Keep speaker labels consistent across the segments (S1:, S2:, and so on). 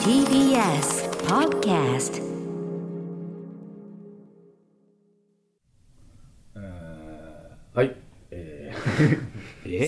S1: TBS Podcast
S2: はい。えー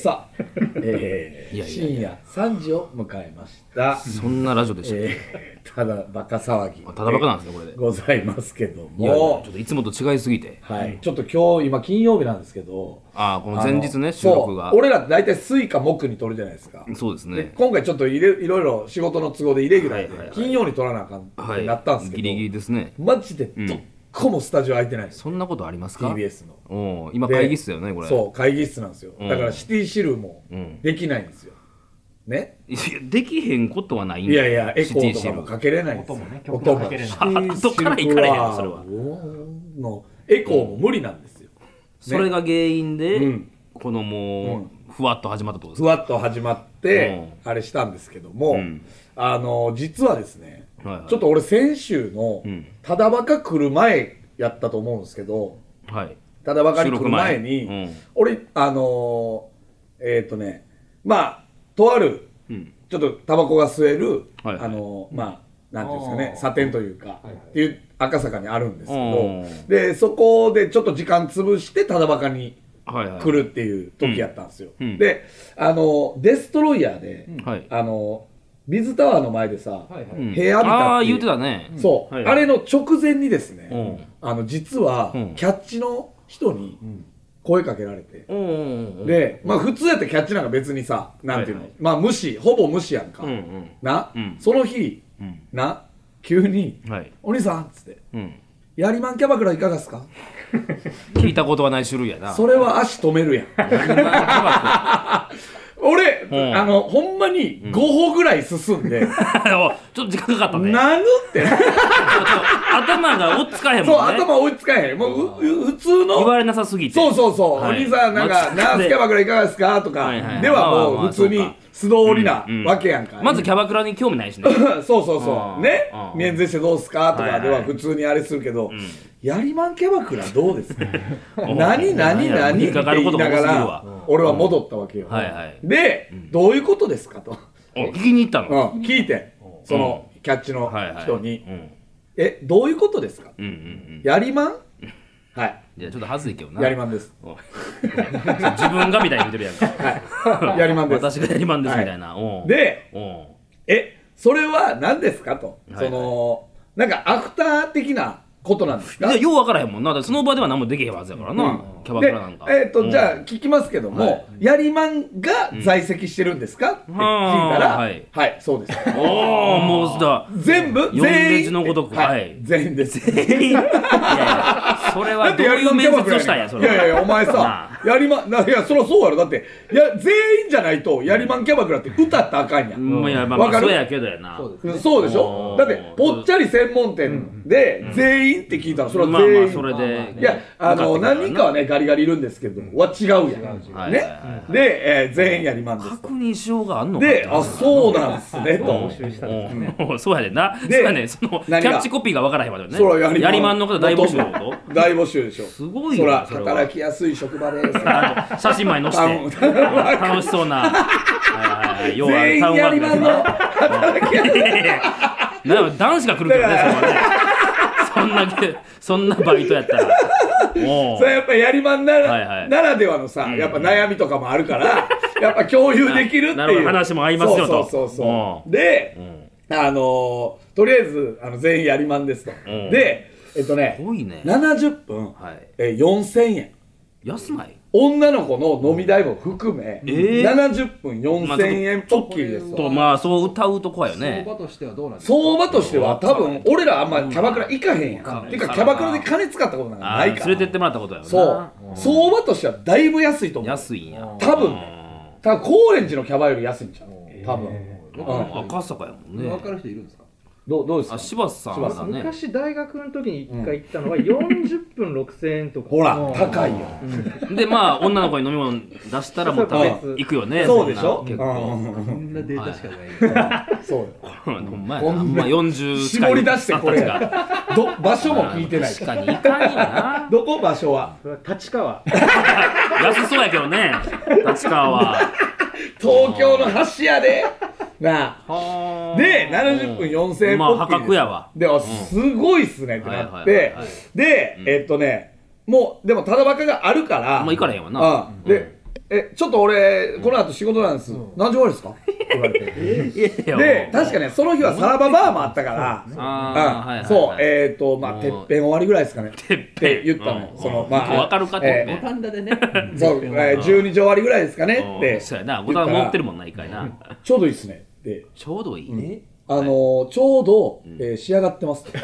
S2: さあ、えー
S3: いやいや
S2: 深夜3時を迎えました。
S3: そんなラジオでしたっけ、
S2: えーただバカ騒ぎ。
S3: ただバカなんですねこれで
S2: ございますけども。
S3: いやいやちょっといつもと違いすぎて
S2: はい。ちょっと今日、今金曜日なんですけど。
S3: ああこの
S2: あの
S3: 前日ね収録が
S2: そう俺らって大体スイカ木に撮るじゃないですか。
S3: そうです
S2: で
S3: ね
S2: 今回ちょっといれいろいろ仕事の都合でイレギュラ
S3: はいはい
S2: ーで
S3: はい
S2: 金曜に撮らなあかんっ
S3: は
S2: て
S3: い
S2: なったんですけど、
S3: ギリギリですね
S2: マジでどっこもスタジオ空いてないんですよ、
S3: そんなことありますか
S2: TBS の。
S3: おう今
S2: で
S3: 会議室だよねこれ
S2: そう会議室なんですよ
S3: うん
S2: だからシティシルも
S3: うん
S2: できないんですよ、ね
S3: いやできへんことはないん
S2: い
S3: だ
S2: やいやエコーと
S3: シ
S2: か
S3: ティ
S2: も
S3: シ
S2: かけれないんですよ
S4: 音もね
S2: 音も
S4: 曲もかけれない
S2: シティシルク
S3: あ後から行かれへんわそれは
S2: うんのエコーも無理なんですよ
S3: ルそれが原因で、
S2: うん
S3: このもう、ふわっと始まったってこと
S2: ふ
S3: ですか
S2: わっと始まってあれしたんですけども、
S3: うん
S2: あの実はですね、
S3: はいはい
S2: ちょっと俺先週の
S3: うん
S2: ただバカ来る前やったと思うんですけど
S3: はい
S2: ただバカに来る前に
S3: 収録前うん
S2: 俺あのーえっ、とねまあとある
S3: うん
S2: ちょっとタバコが吸える、
S3: はいはい
S2: あのまあなんていうんですか
S4: あ
S2: ね
S4: ー
S2: サテンというか、
S4: はい
S2: っていう赤坂にあるんですけ
S3: お
S2: ど
S3: ー
S2: でそこでちょっと時間潰してただバカに
S3: はいはい
S2: 来るっていう時やったんですよ、
S3: うんうん
S2: であのデストロイヤーで、
S3: はい
S2: あのビズタワーの前でさ、
S4: はいは
S3: う
S4: い。
S3: ん
S2: 部屋みたい
S3: ああ言ってたね
S2: そう、
S3: はいはい
S2: あれの直前にですね、
S3: うん
S2: あの実は
S3: うん
S2: キャッチの人に声かけられて、
S3: うんうんうん
S2: で、まあ普通やったらキャッチなんか別にさ、なんていうの、
S3: はいは
S2: まあ無視、ほぼ無視やんか。
S3: うんうん
S2: な、
S3: うん
S2: その日、
S3: うん
S2: な、急に、
S3: はい
S2: お兄さんっつって、
S3: うん
S2: やりまんキャバクラいかがっすか
S3: 聞いたことはない種類やな
S2: それは足止めるやん。 俺、
S3: うん
S2: あの、ほんまに5歩ぐらい進んで、
S3: おちょっと時間かかったね。
S2: なぬ って、
S3: 頭が追っつかへん
S2: そう、
S3: もんね。
S2: 頭追いつかへん。もう、うう普通の。
S3: 言われなさすぎて。
S2: そうそうそう、
S3: はい
S2: お兄さんなんか「
S3: まあ
S2: ナースキャバクラいかがですか?」とか、
S3: はいはい
S2: ではも
S3: まあまあ
S2: う
S3: ま
S2: 普
S3: あ
S2: 通に素通りなわけやんか、
S3: まずキャバクラに興味ないしね。
S2: そうそうそうう。
S3: ん
S2: ね
S3: う。ん
S2: 免税してどうすかと
S3: はい
S2: か
S3: はい
S2: では普通にあれするけど
S3: ん、
S2: やりまんキャバクラどうです か
S3: うん
S2: 何何
S3: なんや
S2: 何っ
S3: 引
S2: て
S3: っかかる
S2: 言
S3: こ
S2: い
S3: とが
S2: な
S3: 多す
S2: が
S3: ぎる
S2: ら
S3: わ。、
S2: 俺は戻ったわけよ。
S3: はいはい
S2: で、どういうことですかと。
S3: お聞きに行った
S2: う
S3: の。
S2: ん聞いて、そのキャッチの
S3: はいはい。
S2: 人
S3: う
S2: に。
S3: ん
S2: え、どういうことですか
S3: うんうんうん。
S2: やりまんはい。
S3: いやちょっと恥ずいけどな。
S2: やりまんです。
S3: おい自分がみたいに言ってるやんか。
S2: はい。やりまんです。
S3: 私がやりまんですみたいな。おう
S2: で、
S3: おう
S2: え、それは何ですかと。
S3: はいは
S2: そ
S3: い
S2: の、なんかアフター的なことなんです
S3: い
S2: か
S3: やよう分からへんもんな。だってその場では何もできへんはずやからな。キャバクラなんか。
S2: でえっ、と、じゃあ
S3: うん
S2: 聞きますけども、
S3: はい
S2: やりまんが在籍してるんですか、って聞いたら、
S3: うん
S2: は
S3: はいい、
S2: そうです。
S3: おおもうすだ。
S2: 全部
S3: 四
S2: 全
S3: 分
S2: 員
S3: の一のごとく
S2: は
S3: はい
S2: い、全員 です。
S3: いやいやそれ
S2: だ
S3: は
S2: っ
S3: ど
S2: て
S3: う
S2: やり
S3: い
S2: ま
S3: うん
S2: キャ
S3: 面
S2: バク
S3: 接
S2: ラ
S3: をしたんや、それ
S2: い
S3: は。
S2: やいやいや、お 前さ
S3: な、
S2: やりまん、ないや、そりゃそうやろ。だって、いや、全員じゃないと、やりまんキャバクラって歌ったらあかんやん。
S3: うん、いや、まあ、
S2: わ
S3: ま
S2: か
S3: あ、
S2: る
S3: そうやけどやな。
S4: そうです
S2: うんそうでしょ
S3: おー
S2: だって、ぽっちゃり専門店で、全員って聞いたら、それは
S3: まあ
S2: 全
S3: ま
S2: 員。
S3: あ、それで。
S2: いや、あの、何人かはね、ガリガリいるんですけど、は違うやん。
S3: はい
S2: ね
S3: はいは。
S2: で、えー全員やりまんですと。
S3: 確認しようがあんのか
S2: で、あ、そうなんすね、と
S3: 募。集した そうやでな。そうやね、その、キャ
S2: 何が
S3: ッチコピーがわからへんわよね。
S2: そらやりまん。
S3: まんの方大募集の こ
S2: 大募集でしょ。
S3: すごい
S2: そ
S3: よ
S2: ら、
S3: それは
S2: 働きやすい職場です。
S3: と あの写真前に載せて。 楽しそうな。はいはいはい要は
S2: 全員やりまんの働きやすい。
S3: なんか男子が来るけどね、そんなね。そんな、そんなバイトやっ たら。も
S2: それはやっぱやりまんなら,、
S3: はいはい
S2: ならではのさ、やっぱ悩みとかもあるから、 やっぱ共有できるって
S3: ななる
S2: い
S3: ほ
S2: う。
S3: ど話も合いますよと
S2: そうそうそうそう。
S3: う
S2: で
S3: う、ん。
S2: あのーとりあえず、あの、全員やりまんですと。
S3: ん
S2: で、えっとね
S3: す、ごいね。
S2: 70分、
S3: はい。
S2: えー4000円。
S3: 安ない
S2: 女の子の飲み代も含め、
S3: えー
S2: 70分4000円ポッキリです
S4: まあちょっ
S3: と
S2: と。
S3: まあそう歌うとこやよね
S4: 相場としてはどうなんですか
S2: 相場としては多分、俺らあんまキャバクラ行かへんやん。てか、キャバクラで金使ったことなんか
S3: あ
S2: な
S3: あ
S2: いから。
S3: 連れてってもらったことやよな
S2: そう。相場としてはだいぶ安いと思う。
S3: 安いんや
S2: 多分ね。多分、高円寺のキャバより安いんちゃう多分。うん
S3: 赤坂やもん
S4: 分か
S3: ね
S4: る人いるんですか
S2: どうどうです
S3: あ
S2: か
S3: 柴田さん
S2: 柴田さ
S3: だね
S5: 昔大学の時に一回行ったのが40分6000円とか、
S2: ほら、高いよ。
S3: でまあ女の子に飲み物出したらもう食べ
S2: そう
S3: 行くよね
S2: そうでしょ
S3: んな結
S2: う
S3: 構
S2: んうんうん
S4: こんなデータしかない。
S2: そうよ。
S3: ほんまや
S2: こ
S3: なん
S2: な
S3: ほんま40近い
S2: 絞り出してこれ
S3: 人たちが
S2: ど場所も聞いてない
S3: 確かにいかんよな
S2: どこ場所は
S5: それは立川
S3: 安そうやけどね立川は
S2: 東京の橋やで なあ
S3: はあ
S2: で70分4000円
S3: ま
S2: ポ
S3: あ
S2: ッ
S3: 破
S2: キリ
S3: 格やわ
S2: であすごいっすねってなっ
S3: はいはい
S2: て
S3: はいはい
S2: でえっとねもうでもただバカがあるから
S3: あんま行かれへんわな
S2: あでえちょっと俺この後仕事なんです何時終わりですかって言われて
S3: いやいや
S2: で
S3: もう
S2: 確かねその日はサラババーもあったから
S3: あーはいはいは
S2: う
S3: い
S2: んそうえっとまあ
S3: もう
S2: てっぺん終わりぐらいですかね
S3: てっ
S2: って
S3: ぺん
S2: 言ったの
S3: うん
S2: そのまあ
S3: わかるかって
S2: え
S4: 五
S3: ね
S4: 反田でね。
S2: そうえー12畳割りぐらいですかねっ
S3: う
S2: て
S3: んそうやな
S2: 言
S3: ボ
S2: った
S3: タ
S2: ら
S3: ン持ってるもんな一回な
S2: ちょうどいいっすねって
S3: ちょうどいいね
S2: あのーちょうどえー仕上がってますって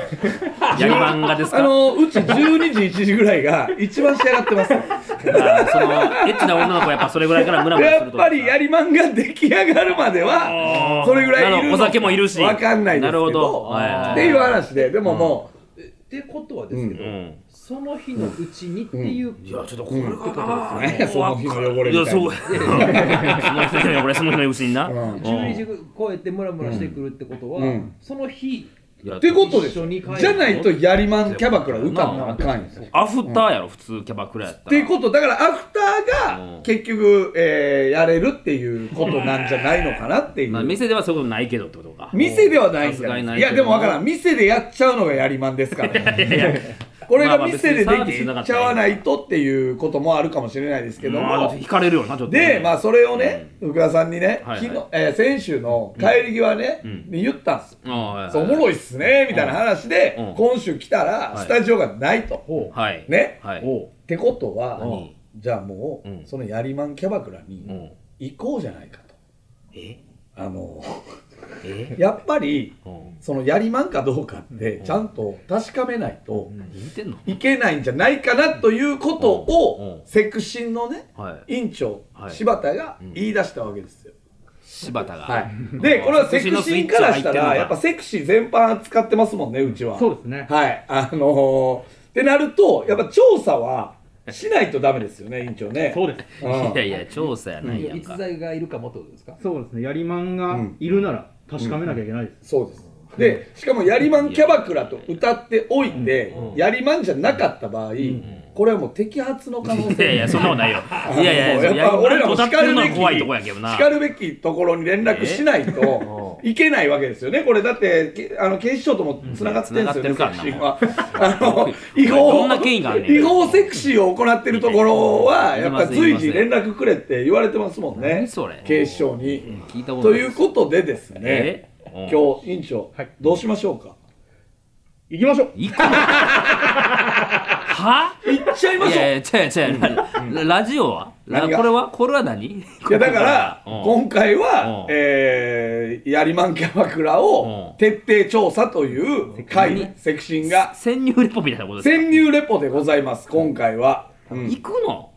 S3: やり漫画ですか
S2: あのーうち12時1時ぐらいが一番仕上がって ます
S3: まあそのエッチな女の子はやっぱそれぐらいからムラムラす
S2: や
S3: る
S2: っ
S3: と
S2: ぱりやりまんが出来上がるまでは
S3: あー
S2: それぐらいい
S3: な
S2: る
S3: るほ
S2: の
S3: どお酒もいるし
S2: わかんないですけ
S3: なるほど
S2: ど
S3: はいはいはい
S2: っていう話ででもも
S4: ってことはですけ
S3: う
S4: ど、
S3: ん
S4: その日のうちにっていう。
S3: いやちょっとこれが
S4: ってこと
S3: な
S4: で
S2: ね
S4: すよ
S2: その日の汚れ
S3: い
S2: み
S3: や
S2: たい
S3: そ
S2: な
S3: うその日の汚れその日の牛にな
S2: う
S3: うんん
S4: 12時超えてムラムラしてくるってことは
S2: うん、
S4: その日
S3: いや
S2: ってことです
S4: 一緒に帰る
S2: じゃないとやりまんキャバクラ受かんなあかんよ
S3: アフターやろ普通キャバクラやったら
S2: っていうことだからアフター
S3: う
S2: が
S3: ん
S2: 結局、えーやれるっていうことなんじゃないのかなっていう、
S3: まあ店ではそういうことないけどってことか
S2: 店ではないん
S3: さすが
S2: だ
S3: に
S2: い
S3: ない
S2: いやでもわからん店でやっちゃうのがやりまんですからこれ
S3: まあ
S2: が
S3: まあ
S2: 店でで
S3: 別にサービスなか
S2: き
S3: った
S2: ちゃわないとっていうこともあるかもしれないですけども、
S3: まあ引かれるよなちょっとね
S2: で、まあ、それをね、福田さんにね、
S3: はいはい
S2: 昨日えー先週の帰り際ね、
S3: うん
S2: に言ったんですよ、
S3: ああ
S2: そうおもろいっすねみたいな話で、
S3: うん
S2: 今週来たら
S3: はい
S2: スタジオがないと、
S3: はい
S2: ね
S3: はい
S4: おう
S2: ってことは
S3: 何
S2: じゃあもう、
S3: うん
S2: そのやりまんキャバクラに
S3: うん
S2: 行こうじゃないかと
S3: え
S2: あの
S3: え
S2: やっぱり
S3: うん
S2: そのやりまんかどうかってちゃんと確かめないと
S3: 言ってんの
S2: いけないんじゃないかなということ
S3: うん
S2: を
S3: うん
S2: セクシンのね
S3: はい
S2: 委員長
S3: はい
S2: 柴田が
S3: うん
S2: 言い出したわけですよ。
S3: 柴田が
S2: はい、でこれはセクシンからしたらやっぱセクシー全般扱ってますもんねうちは。
S5: そうですね
S2: はい、あのー、ってなるとやっぱ調査はしないとダメですよね委員長ね。
S5: そうです
S2: うん
S3: いやいや調査やないやん
S4: 逸
S3: か
S4: 材がいるかもってことですか。
S5: そうですねやりまんがいるなら確かめなきゃいけないです、
S2: そうです。で、しかもやりまんキャバクラと歌っておいて、やりまんじゃなかった場合、これはもう摘発の可能
S3: いやい
S2: 性。
S3: やそんなこ とないよいやいや
S2: もうやっぱ俺らも
S3: や
S2: 叱
S3: りまん
S2: る
S3: と立ってるの
S2: べ
S3: は
S2: き
S3: 怖いとこやけどな
S2: しかるべきところに連絡しないといけないわけですよね、これだってけあの警視庁ともつながってるんですよね、
S3: うん繋が
S2: セ
S3: っ
S2: ク
S3: て
S2: シー
S3: るか
S2: は。あの違
S3: ど
S2: 法
S3: んな権威があんねん
S2: 違法セクシーを行ってるところは、やっぱ随時連絡くれって言われてますもんね
S3: 何、それ
S2: 警視庁に。
S3: 聞いたこと
S2: と
S3: ない
S2: いう
S3: です
S2: ことでですね
S3: え、うん
S2: 今日委員長、
S5: はい
S2: どうしましょうか
S5: 行きましょう
S3: 行くのは
S2: 行っちゃいま
S3: い
S2: しょうい
S3: や
S2: や
S3: いや違う違うララジオはラ
S2: 何が
S3: これはこれは何い
S2: だから今回は
S3: うん、
S2: えー、やりまんキャバクラを
S3: うん
S2: 徹底調査という会にセクシンが
S3: 潜入レポみたいなことですか
S2: 潜入レポでございます今回は、うん
S3: 行くの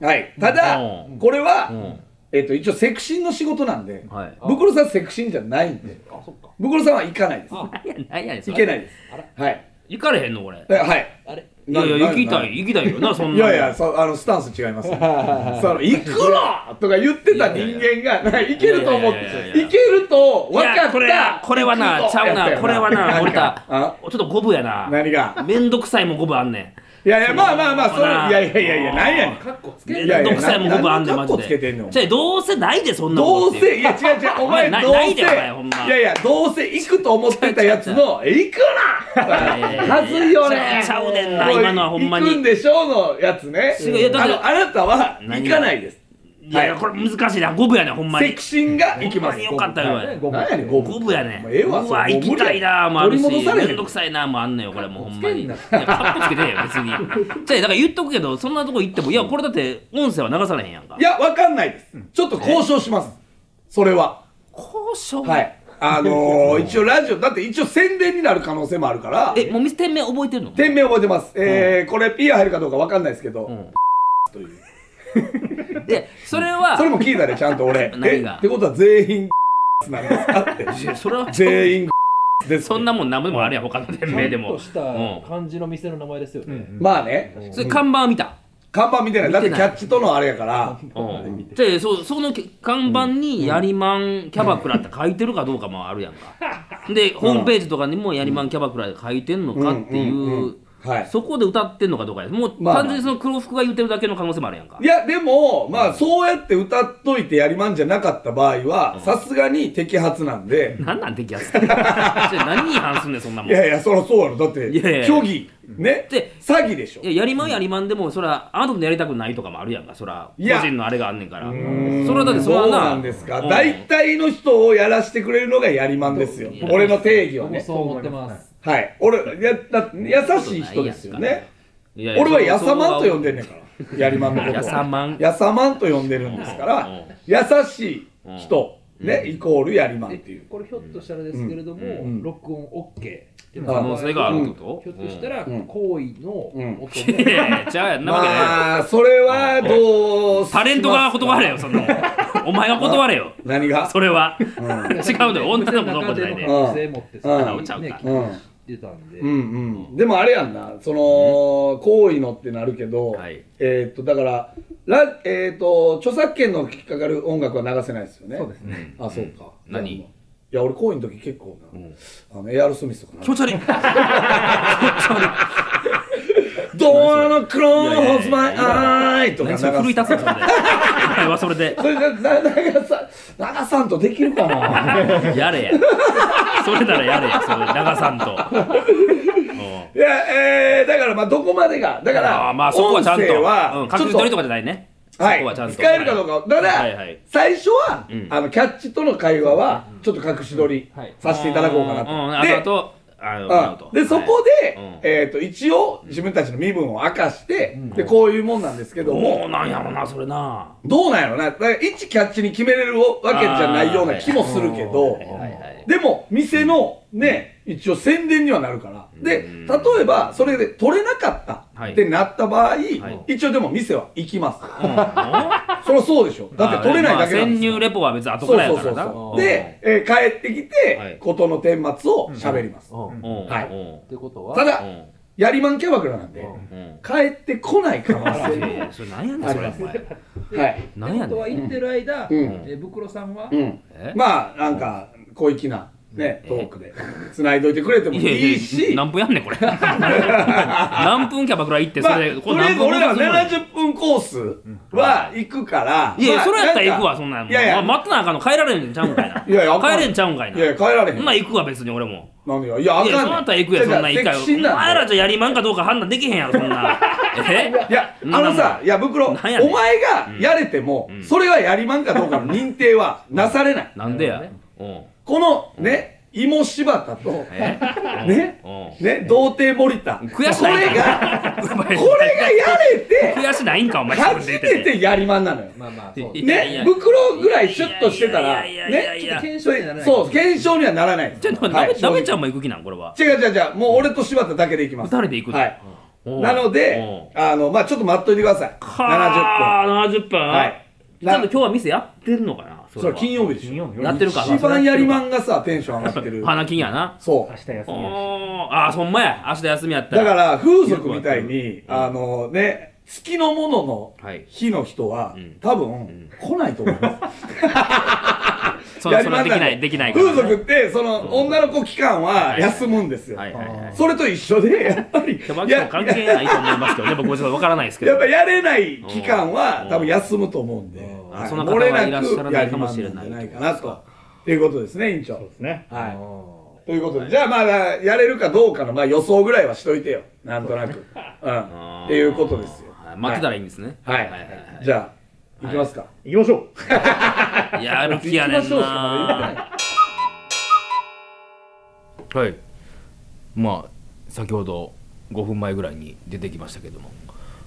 S2: はいただ
S3: うん
S2: これは、
S3: うん
S2: えっと一応セクシンの仕事なんで、
S3: はい
S2: ブクロさんセクシンじゃないんで
S4: あ、そっか。
S2: ブクロさんは行かないです行
S3: 何や何やねんそれ
S2: けないですはい
S3: 行かれへんのこれ
S2: えはい
S4: あれ。
S3: いやい
S2: な
S3: や行きた
S2: ない
S3: 行きたいよなそん
S2: い
S3: なの
S2: やいや、そうあのスタンス違い ます。その行くのとか言ってた人間がなんか行けると思っ
S3: いやいやいやい
S2: て
S3: や
S2: 行けると分
S3: い
S2: か
S3: や
S2: っ
S3: これ
S2: た。
S3: これはな
S2: 行く
S3: ち
S2: ぞ
S3: ゃう
S2: やったよ
S3: なこれはな森田
S2: あ
S3: ちょっと五分やな
S2: 何が？
S3: めんどくさいも五分あんね
S2: いやいやまあまあまあそれい
S3: な
S2: やいやいやいやなんやねん。
S4: カッコつ
S3: ん
S4: け
S2: いや
S3: め
S2: い
S3: ん
S2: や
S3: どくさいも五分あんね
S2: な
S3: んマ
S2: んでカッコ
S3: ジ
S2: つけてん
S3: で
S2: の
S3: じゃあどうせないでそんな
S2: ど
S3: こ
S2: う
S3: とって
S2: せいや違う違うお前
S3: お前な
S2: どう
S3: ない
S2: せ
S3: で
S2: い
S3: お前ほんま
S2: やいやどうせ行くと思ってたやつの行く
S3: いやいやい
S2: な
S3: や
S2: はずいよね
S3: ちゃうねんな今のはほんまに
S2: 行くんでしょうのやつね
S3: 違ういやだ
S2: あ
S3: から
S2: のあなたは行かないです
S3: いやいやこれ難しいな五分やねんほんま
S2: セ
S3: に
S2: クシンが行き
S3: ほん
S2: ま
S3: ますによかったよおい
S4: ごめん
S2: 何やねん五分
S3: 五分やね
S2: も
S3: ん
S2: うええわ
S3: う
S2: そ
S3: わ
S2: れ
S3: 行きたいなもあるし
S2: 取り戻されへん
S3: めんどくさいなもあんねんよこれもうほんまにい
S4: カ
S3: や
S4: ッ
S3: カッコつけてへんよ別 にじゃあだから言っとくけどそんなとこ行ってもいやこれだって音声は流されへんやんか
S2: いや、わかんないです。ちょっと交渉します。それは。
S3: 交渉
S2: はい。あのー、一応ラジオ、だって一応宣伝になる可能性もあるから、
S3: えもう店店名覚えてるの
S2: 店名覚えてます。えー、これ P 入るかどうかわかんないですけど、
S3: ん
S2: という。
S3: でそれは
S2: それも聞いたで、ちゃんと俺。
S3: 何が
S2: えってことは全員なんですかって。
S3: いやそれは
S2: 全員です。
S3: そんなもん何もでもあるやん他の店名で
S4: ちゃん
S3: も
S4: とした感じの店の名前ですよね。
S2: まあね、
S3: それ看板見た
S2: 看板見てない。だって
S3: 見
S2: キ
S3: てない
S2: ャッチとのあれやから、
S3: うんでそその看板に「やりまんキャバクラ」って書いてるかどう かもあるやんかでホームページとかにも「やりまんキャバクラ」で書いてんのかって
S2: うんうんう
S3: いう
S2: はい
S3: そこで歌ってんのかどうかやもう
S2: まあまあ
S3: 単純にその黒服が言ってるだけの可能性もあるやんか
S2: いやでもまあそうやって歌っといてやりまんじゃなかった場合はさすがに摘発なんで
S3: 何なんて気がす る何に違反すんねんそんなもん
S2: いやいやそりゃそうやろだって
S3: いやいや
S2: 虚偽ね
S3: で
S2: 詐欺でしょ
S3: いややりまんやりまんでもそらあなたことやりたくないとかもあるやんかそら個
S2: いや
S3: 人のあれがあんねんから
S2: うん
S3: それはだってそ
S2: ど
S3: ら
S2: う
S3: な
S2: なんですか
S3: うん
S2: 大体の人をやらしてくれるのがやりまんですよ
S3: いや
S2: 俺の定義は
S4: 僕も
S2: ね
S4: そう思ってます。
S2: はい俺やだ優しい人ですよね
S3: いやいや
S2: 俺はやさまんと呼ん
S3: そ
S2: でんねんからやりまんのこと
S3: やさまん
S2: やさまんと呼んでるんですから
S3: うん
S2: 優しい人ねイコールやりまんっていう
S4: これひょっとしたらですけれども、
S2: ん
S4: 録音 OK っていう
S3: 可能性があるってこと、
S4: ひょっとしたら
S2: うん
S4: 行為の音
S2: うん
S4: も
S3: いやいやちゃうやんなわけないやろ
S2: まあそれはどうしますか
S3: タレントが断れよそんな もんお前が断れよ
S2: 何が
S3: それは
S2: うんうん
S3: 違うのよ女の子のことじゃない
S4: で
S3: で
S4: 可能性持ってさ、
S2: うん
S3: うん
S4: ね
S3: う
S4: 聞いてたんで、
S2: うんうんでもあれやんなその行為のってなるけど
S3: はい
S2: えーっとだからラえーっと著作権の引っかかる音楽は流せないですよね
S5: そうですね。
S2: あそうか
S3: 何
S2: いや俺行為の時結構なあのエアロスミスとかな
S3: 気持ち悪い
S2: ドアのクローンズマイアイとか
S3: 何
S2: 流
S3: それ奮い
S2: す
S3: 立つのそれでお前はそれで
S2: それじゃな長さ長さんとできるかな
S3: やれやそれならやれやそれ長さんと
S2: いや、えー、だからまあどこまでがだか
S3: あ
S2: ら
S3: あまあそこはちゃん
S2: 音声
S3: と
S2: は
S3: うん確
S2: ち
S3: 実
S2: ょっ
S3: 取りとかじゃないね
S2: は
S3: そこはちゃん
S2: い、
S3: と
S2: 使えるかどうか、ただ、
S3: はいはい
S2: 最初は、
S3: うん
S2: あのキャッチとの会話は、ちょっと隠し撮り
S4: はい
S2: させていただこうかなと。
S3: うんうんあ
S2: で
S3: とあとあのなるほど
S2: うんでそこで、
S3: はいうん
S2: えー、と一応自分たちの身分を明かして、でこういうもんなんですけど
S3: も
S2: も、
S3: うなんやろなそれな
S2: どうなんやろなだから一キャッチに決めれるわけじゃないような気もするけど、
S3: はいはいはい
S2: でも店のね、一応宣伝にはなるから、で
S3: うん
S2: 例えばそれで取れなかったってなった場合、
S3: い
S2: 一応でも店は行きます、
S3: うんうんだ
S2: そりゃそう でしょだって取れないだけ
S3: まあ
S2: なんで
S3: 潜
S2: すよ
S3: 入レポは別に後
S2: そう
S3: からや
S2: そう
S3: か
S2: そ
S3: ら
S2: う
S3: な
S2: そううんで、えー帰ってき
S3: は
S2: て
S3: い
S2: 事の顛末を喋ります、
S4: うん
S3: うんうん
S2: はい
S4: ってことは
S2: ただ、
S3: うん
S2: やりまんキャバクラなんで、
S3: うん
S2: 帰ってこない可能
S3: いやい
S2: 性
S3: やそれなんやねんそれお前
S2: もはい
S3: なんや
S4: ってことは
S3: ねん
S4: 言ってる間、
S2: うん
S4: えー、袋さんは、
S2: うん
S3: え
S2: まあなんか小粋なね、トークで繋いどいてくれても
S3: いや
S2: いい
S3: いや
S2: し
S3: 何分やんねんこれ何分キャバクラ行ってそ
S2: まあ、
S3: れでこ
S2: と
S3: れ
S2: りあえ
S3: 何
S2: ず
S3: 分
S2: 俺ら
S3: 分割するの
S2: 70分コースは行くから、
S3: い
S2: ま
S3: やいや
S2: あ
S3: それやったら行くわ
S2: んか
S3: そんなん
S2: いやいや、
S3: ま待ってなあかんの帰られんちゃうんかいない
S2: やいやあかん
S3: 帰れんちゃうんかい
S2: いやい
S3: な
S2: や帰られへ
S3: そ
S2: ん
S3: んなん行くわ別に俺も
S2: なんでよいやあか
S3: い
S2: ん
S3: や
S2: ねん
S3: そんなんやったら行くやそんなん一回
S2: セクシーなんで
S3: お前らじゃやりまんかどうか判断できへんやろそんなんえ
S2: いや、あ
S3: うん
S2: のさ、いや、袋、お
S3: なんやねん
S2: 前がやれても、
S3: うん
S2: それはやりまんかどうかの認定はなされない。
S3: なんでやうん
S2: このね、芋柴田と、
S3: え
S2: ね、
S3: うん
S2: ね、童貞森田。
S3: 悔し
S2: こ
S3: ない
S2: れが、
S3: お
S2: これが
S3: 前
S2: やれて、
S3: 悔しないんかお前自分
S2: 初
S3: で言
S2: め
S3: ってて
S2: てやりまんなのよ。
S4: まあまあそう
S3: いやいや
S2: ね、袋ぐらいシュッとしてたら、
S3: いやいやいや
S2: ね、
S3: い
S4: ち
S3: や
S4: ょっと検
S2: そ
S4: 証にはなら
S2: れ
S4: ない
S2: そう、検証にはならない。
S3: ちょっと
S2: は
S3: 待
S2: い
S3: ってダメちゃんも行く気なんこれは
S2: 違う違う違う、もう俺と柴田だけでいきます。
S3: 二人で行くの
S2: はい。
S3: おう
S2: なの
S3: お
S2: で
S3: う、
S2: あの、まあちょっと待っといてください。70分。
S3: はあ70分
S2: はい。
S3: ちゃんと今日は店やってるのかな
S2: それは金曜日でしょ。
S3: やってるか
S2: 一番やりま
S3: ん
S2: んがさテンション上がってる
S3: 花金やな
S2: そ
S5: 明日休みやし。
S3: おーああそんまや明日休みやっ
S2: う
S3: た
S2: だからら風俗みたいにあのね月のものの
S3: はい
S2: 日の人は
S3: うん
S2: 多分来ないと思いま
S3: そ
S2: す
S3: う
S2: や
S3: そ
S2: り
S3: れ
S2: ま
S3: は
S2: ん
S3: で
S2: が
S3: きな
S2: ね
S3: いできないから
S2: 風俗ってその女の子期間は休むんですよ
S3: はいはいはい
S2: それと一緒でやっぱり
S3: キャバク
S2: や
S3: ラ関係ないと思いますけどね僕もちょっとわからないですけど
S2: やっぱやれない期間は
S3: うん
S2: 多分休むと思うんで
S4: うん
S2: はい
S3: あそんな方はいらっしゃらないかもしれ
S2: 漏
S3: ない
S2: れなくやりまんなんじゃないかなとっていうことですね委員長
S5: そうですね。
S2: はい
S4: うん
S2: ということで、じゃあまあ、やれるかどうかの、まあ予想ぐらいはしといてよ。なんとな く。うん。っていうことですよ。
S3: はい待ってたらいいんですね
S2: はい。
S3: はいはい
S2: じゃあ、行きますか。
S5: 行きましょう。
S3: はいやる気やねんなはいまあ先ほど5分前ぐらいに出てきましたけども、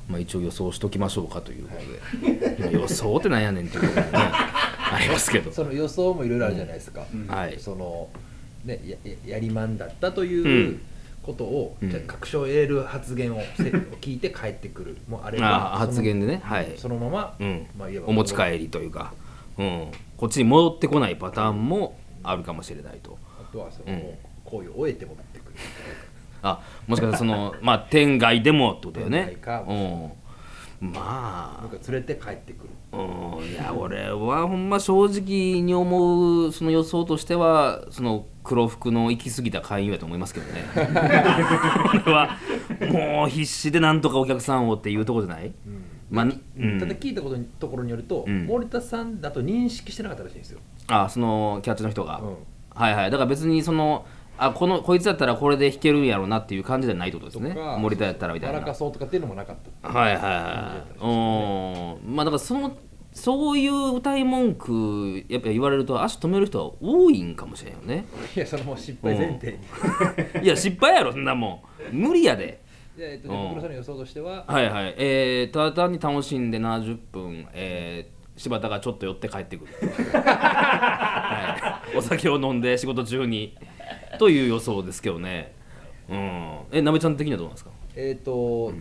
S3: まあ、一応予想しときましょうかということで、 まあ予想ってなんやねんっていうことも ねありますけど
S4: その予想もいろいろあるじゃないですか、
S3: はい
S4: そのねやややりまんだったという、
S3: うん
S4: ことを、
S3: うん
S4: じゃあ確証を得れる発言をせを聞いて帰ってくるもうあれ
S3: あ
S4: ば
S3: あ発言でねはい、
S4: そのまま、
S3: うん
S4: まあ、いわば
S3: お持ち帰りというか、うん、こっちに戻ってこないパターンもあるかもしれないと
S4: あとはその、
S3: うん
S4: 行為を終えて戻ってくる
S3: あもしかしたらそのまあ天外でもってことだよね
S4: 天外か
S3: うんまあ
S4: 僕が連れて帰ってくる
S3: うんいや俺はほんま正直に思うその予想としてはその黒服の行き過ぎた勧誘やと思いますけどね俺はもう必死でなんとかお客さんをっていうとこじゃない、まあうん
S4: ただ聞いたことにところによると、
S3: うん
S4: 森田さんだと認識してなかったらしいんですよ、
S3: あそのキャッチの人が、
S4: うん
S3: はいはいだから別にそのあこのこいつだったらこれで弾けるんやろうなっていう感じじゃないってことです
S4: と
S3: ね
S4: か
S3: 森田やったらみたいな
S4: 荒らかそうとかっていうのもなかった
S3: はいはいはいうんまあだからそのそういう歌い文句やっぱ言われると足止める人は多いんかもしれんよね
S4: いやそのもう失敗前提に、
S3: いや失敗やろそんなもん無理やで
S4: でえっと
S3: うん
S4: ね、袋さんの予想としては、
S3: はいはいえー、ただ単に楽しんで70分えー柴田がちょっと寄って帰ってくる、はい、お酒を飲んで仕事中にという予想ですけどねうんえなべちゃん的にはどうなんですか
S4: えっ、と、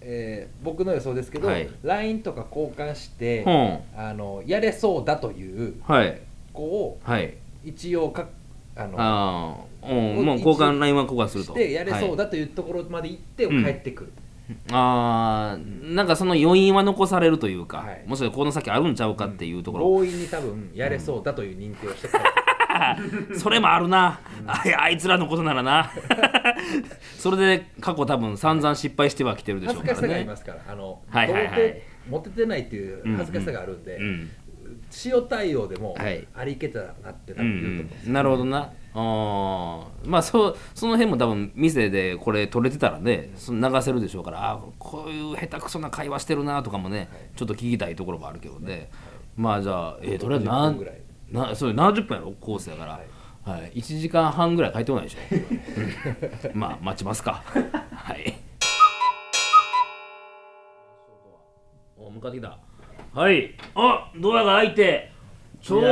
S4: えー僕の予想ですけど、
S3: はい
S4: LINE とか交換して、
S3: うん
S4: あのやれそうだという
S3: はい
S4: 子を
S3: はい
S4: 一応かあの
S3: ああうんもう交換 LINE は交換する
S4: し
S3: と
S4: てやれそう
S3: はい
S4: だというところまで行って
S3: うん
S4: 帰ってくる、
S3: あーなんかその余韻は残されるというか、
S4: はい
S3: もしかしたらこの先あるんちゃうかっていうところ、
S4: 強引に多分やれそうだという認定をして帰ってくる
S3: それもあるな、 あいあいつらのことならな それで過去多分散々失敗してはきてるでしょ
S4: 恥
S3: う
S4: ず
S3: か
S4: からしさがありま
S3: ね
S4: すからあの、
S3: はいはいはい
S4: モテモテてないっていう恥ずかしさがあるんで、
S3: うん、
S4: 塩対応でも、
S3: はい
S4: ありけたらなって多
S3: う
S4: 分言うと思うん
S3: ん
S4: ですよ、
S3: うん、なるほどなあーまあそうその辺も多分店でこれ取れてたらねその流せるでしょうからあーこういう下手くそな会話してるなとかもね、ちょっと聞きたいところもあるけどね、まあじゃあ、えー、とりあえず
S4: 60
S3: な
S4: 分ぐらい
S3: なそう70分やろコースやから、はい1時間半ぐらい帰ってこないでしょ、うんまあ待ちます かはいお向かってきたはいあドアが開いてちょうど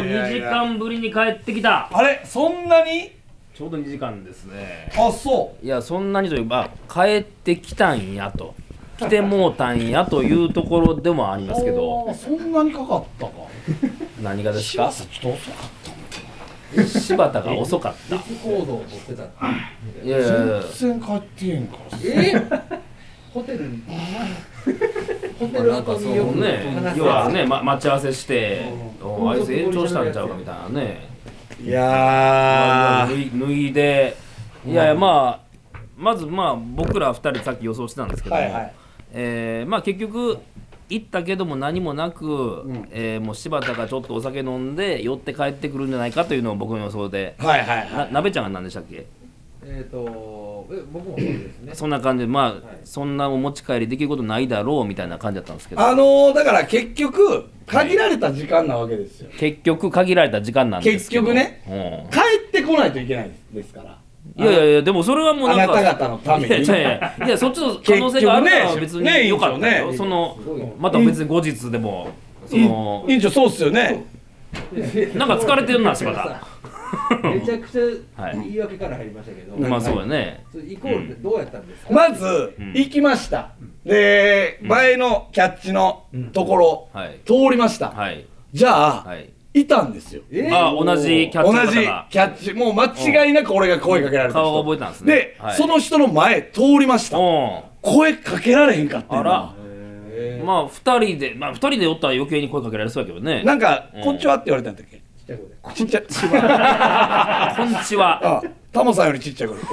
S3: 2時間ぶりに帰ってきた
S2: あれそんなに
S3: ちょうど2時間ですね
S2: あそ
S3: いやそんなにというかあ帰ってきたんやと来てもうたんやというところでもありますけど
S2: あーそんなにかかったか
S3: 何がですか
S2: さちょっと遅かっ
S3: 柴田が遅かった
S4: 行動を取ってたって
S3: いやいやいや
S2: た全然帰ってへんから
S4: えホテルにホテル後によく
S3: ね
S4: 話、す
S3: 要はね、ま、待ち合わせして、おあいつ延長したんちゃうかみたいなね、
S2: いや
S3: 脱い脱いで、いやいや、まあ、まずまあ、僕ら2人、さっき予想してたんですけども、
S2: はいはい
S3: えーまあ結局、行ったけども何もなく、えーもう柴田がちょっとお酒飲んで、寄って帰ってくるんじゃないかというのを僕の予想で、
S2: はいはいはい
S3: な鍋ちゃんが何でしたっけ
S4: えっ、とえ僕もそうです ね
S3: そんな感じで、まあ、そんなお持ち帰りできることないだろうみたいな感じだったんですけど、
S2: あのー、だから結局限られた時間なわけですよ
S3: 結局、限られた時間なんですけど。
S2: 結局ね
S3: うん
S2: 帰ってこないといけないですから
S3: いやいやいやでもそれはもうなんか
S2: あなた方のために
S3: いやいやいやいやそっちの可能性があるからは別
S2: 結局ね
S3: によかったよ、
S2: ね
S3: そのまた別に後日でもその
S2: い委員長そうっすよね
S3: なんか疲れてるな柴田
S4: めちゃくちゃ
S3: はい
S4: 言い訳から入りましたけど、
S3: まあそうやね
S4: それイコールでどうやったんですか、
S2: まず、
S3: ん
S2: 行きましたで前のキャッチのところ、
S3: はい
S2: 通りました、
S3: はい
S2: じゃあ、、
S3: はいい
S2: たんですよ
S4: えー
S3: まあ同じキャッ
S2: 同
S3: チの
S2: じ
S3: 方が
S2: キャッチもう間違いなく俺が声かけられた人
S3: 顔を覚えたんですね
S2: で、
S3: はい
S2: その人の前通りました
S3: う
S2: 声かけられへんかった
S3: んあらまあ二人でまあ二人でおったら余計に声かけられそうやけどね
S2: なんか、
S3: うん
S2: こんちはって言われたんだっけ
S4: ちっちゃい声で
S2: ちっちゃい あ
S3: あこんにちは
S2: タモさんよりちっち ゃい声って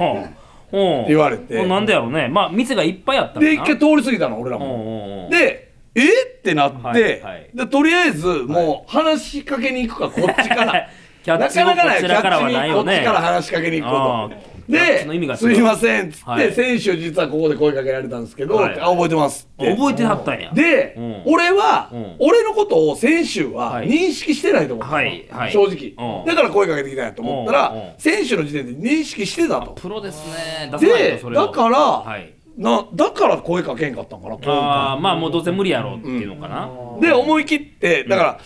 S3: うん
S2: 言われて
S3: うんなんでやろうねまあ店がいっぱいあったから
S2: で
S3: な
S2: 一回通り過ぎたの俺ら
S3: うん
S2: も
S3: うんうん
S2: でえってなって、
S3: はいはい
S2: でとりあえずもう話しかけに行くかこっちから。
S3: キャッチのこちらからはないよ
S2: こっ
S3: ね
S2: ちから話しかけに行こうと。
S3: あーキャッチの意味
S2: で、
S3: が
S2: す
S3: 違う
S2: いませんっつって、
S3: はい
S2: 選手実はここで声かけられたんですけど、
S3: はい
S2: あ覚えてますって。
S3: 覚えてはったんや
S2: で、
S3: うん
S2: 俺は、
S3: うん
S2: 俺のことを選手は
S3: はい
S2: 認識してないと思った、
S3: はいはい
S2: 正直、
S3: うん
S2: だから声かけてきたんやと思ったら、
S3: うんうん
S2: 選手の時点で認識してたと
S3: プロですね出さないと
S2: で
S3: それを
S2: だから、
S3: はい
S2: なだから声かけんかったんかな今回
S3: ああまあもうどうせ無理やろうっていうのかな、
S2: で思い切ってだから、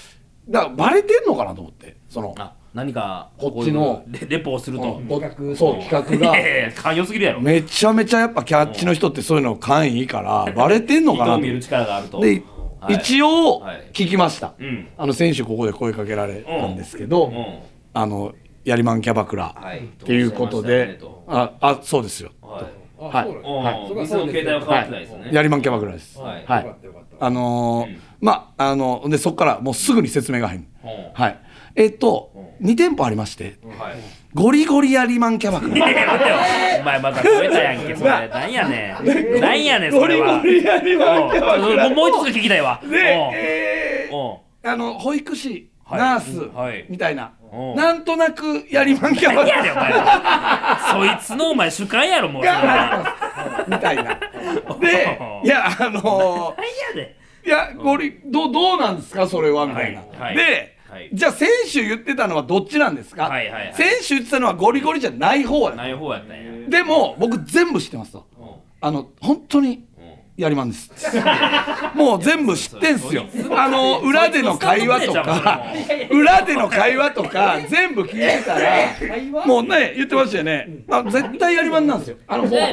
S2: だからバレてんのかなと思ってその
S3: あ何か
S2: こっちの
S3: こういうレレポをすると、
S2: う
S3: うんん、
S2: こそう企
S3: い
S2: 画
S3: やいや
S2: が
S3: いや寛容すぎるやろ
S2: めちゃめちゃやっぱキャッチの人ってそういうの勘いいからバレてんのか
S3: 人
S2: な
S3: を
S2: と
S3: 見る力があると
S2: で、
S3: はい
S2: 一応
S3: はい
S2: 聞きました、
S3: うん
S2: あの選手ここで声かけられたんですけど、
S3: うん
S2: あのやりまんキャバクラ、
S3: はい
S2: っていうことで
S3: どうしました
S2: ああそうですよ、
S3: かね
S4: あ、
S2: はい
S4: そうなんで
S3: と
S4: す
S3: はい、う
S4: ねそ
S3: ん店
S4: れはそ
S3: の携帯
S4: うです
S3: は変わってないですよね、
S2: やりまんキャバクラです
S3: はい
S2: は
S4: よか
S2: い
S4: ったよかった
S2: あのーまああのでそこからもうすぐに説明が入る、
S3: うん
S2: はいえっと2店舗ありまして
S6: はい
S2: ゴリゴリヤリマンキャバク ラ
S3: お前また超えたやんけそれなんやね んなんやねんそ
S2: ゴ
S3: れ
S2: リ
S3: は
S2: ゴリヤリマンキャバクラ
S3: うんもうもう一つ聞きたいわ
S2: で、え
S3: うんうん
S2: ーあの保育士、
S3: はい
S2: ナース、
S3: はい
S2: みたいな、
S3: うん
S2: なんとなくやりまんキ ャバ
S3: 何
S2: ク
S3: やね
S2: ラ
S3: んお前はそいつのお前主観やろもうそれは
S2: みたいな。 で
S3: う、ん
S2: いや、あの
S3: 何やね
S2: ーいや、ゴリ、どう、どうなんですか、それはみたいな。
S3: はいはい
S2: で、
S3: はい
S2: じゃあ、先週言ってたのはどっちなんですか。
S3: はいはいはい
S2: 先週言ってたのはゴリゴリじゃない方
S3: ん
S2: は。
S3: ない方やったんや
S2: でも、僕全部知ってますと。あの、本当に
S3: うん
S2: やりまん です。もう全部知ってんすよ。あの、裏での会話とか
S3: そいつ、
S2: 裏での会話とか、全部聞いてた
S7: 会
S2: ら、
S7: 話
S2: もうね、言ってましたよね。あ絶対やりまんなんですよ。あの、もう、もう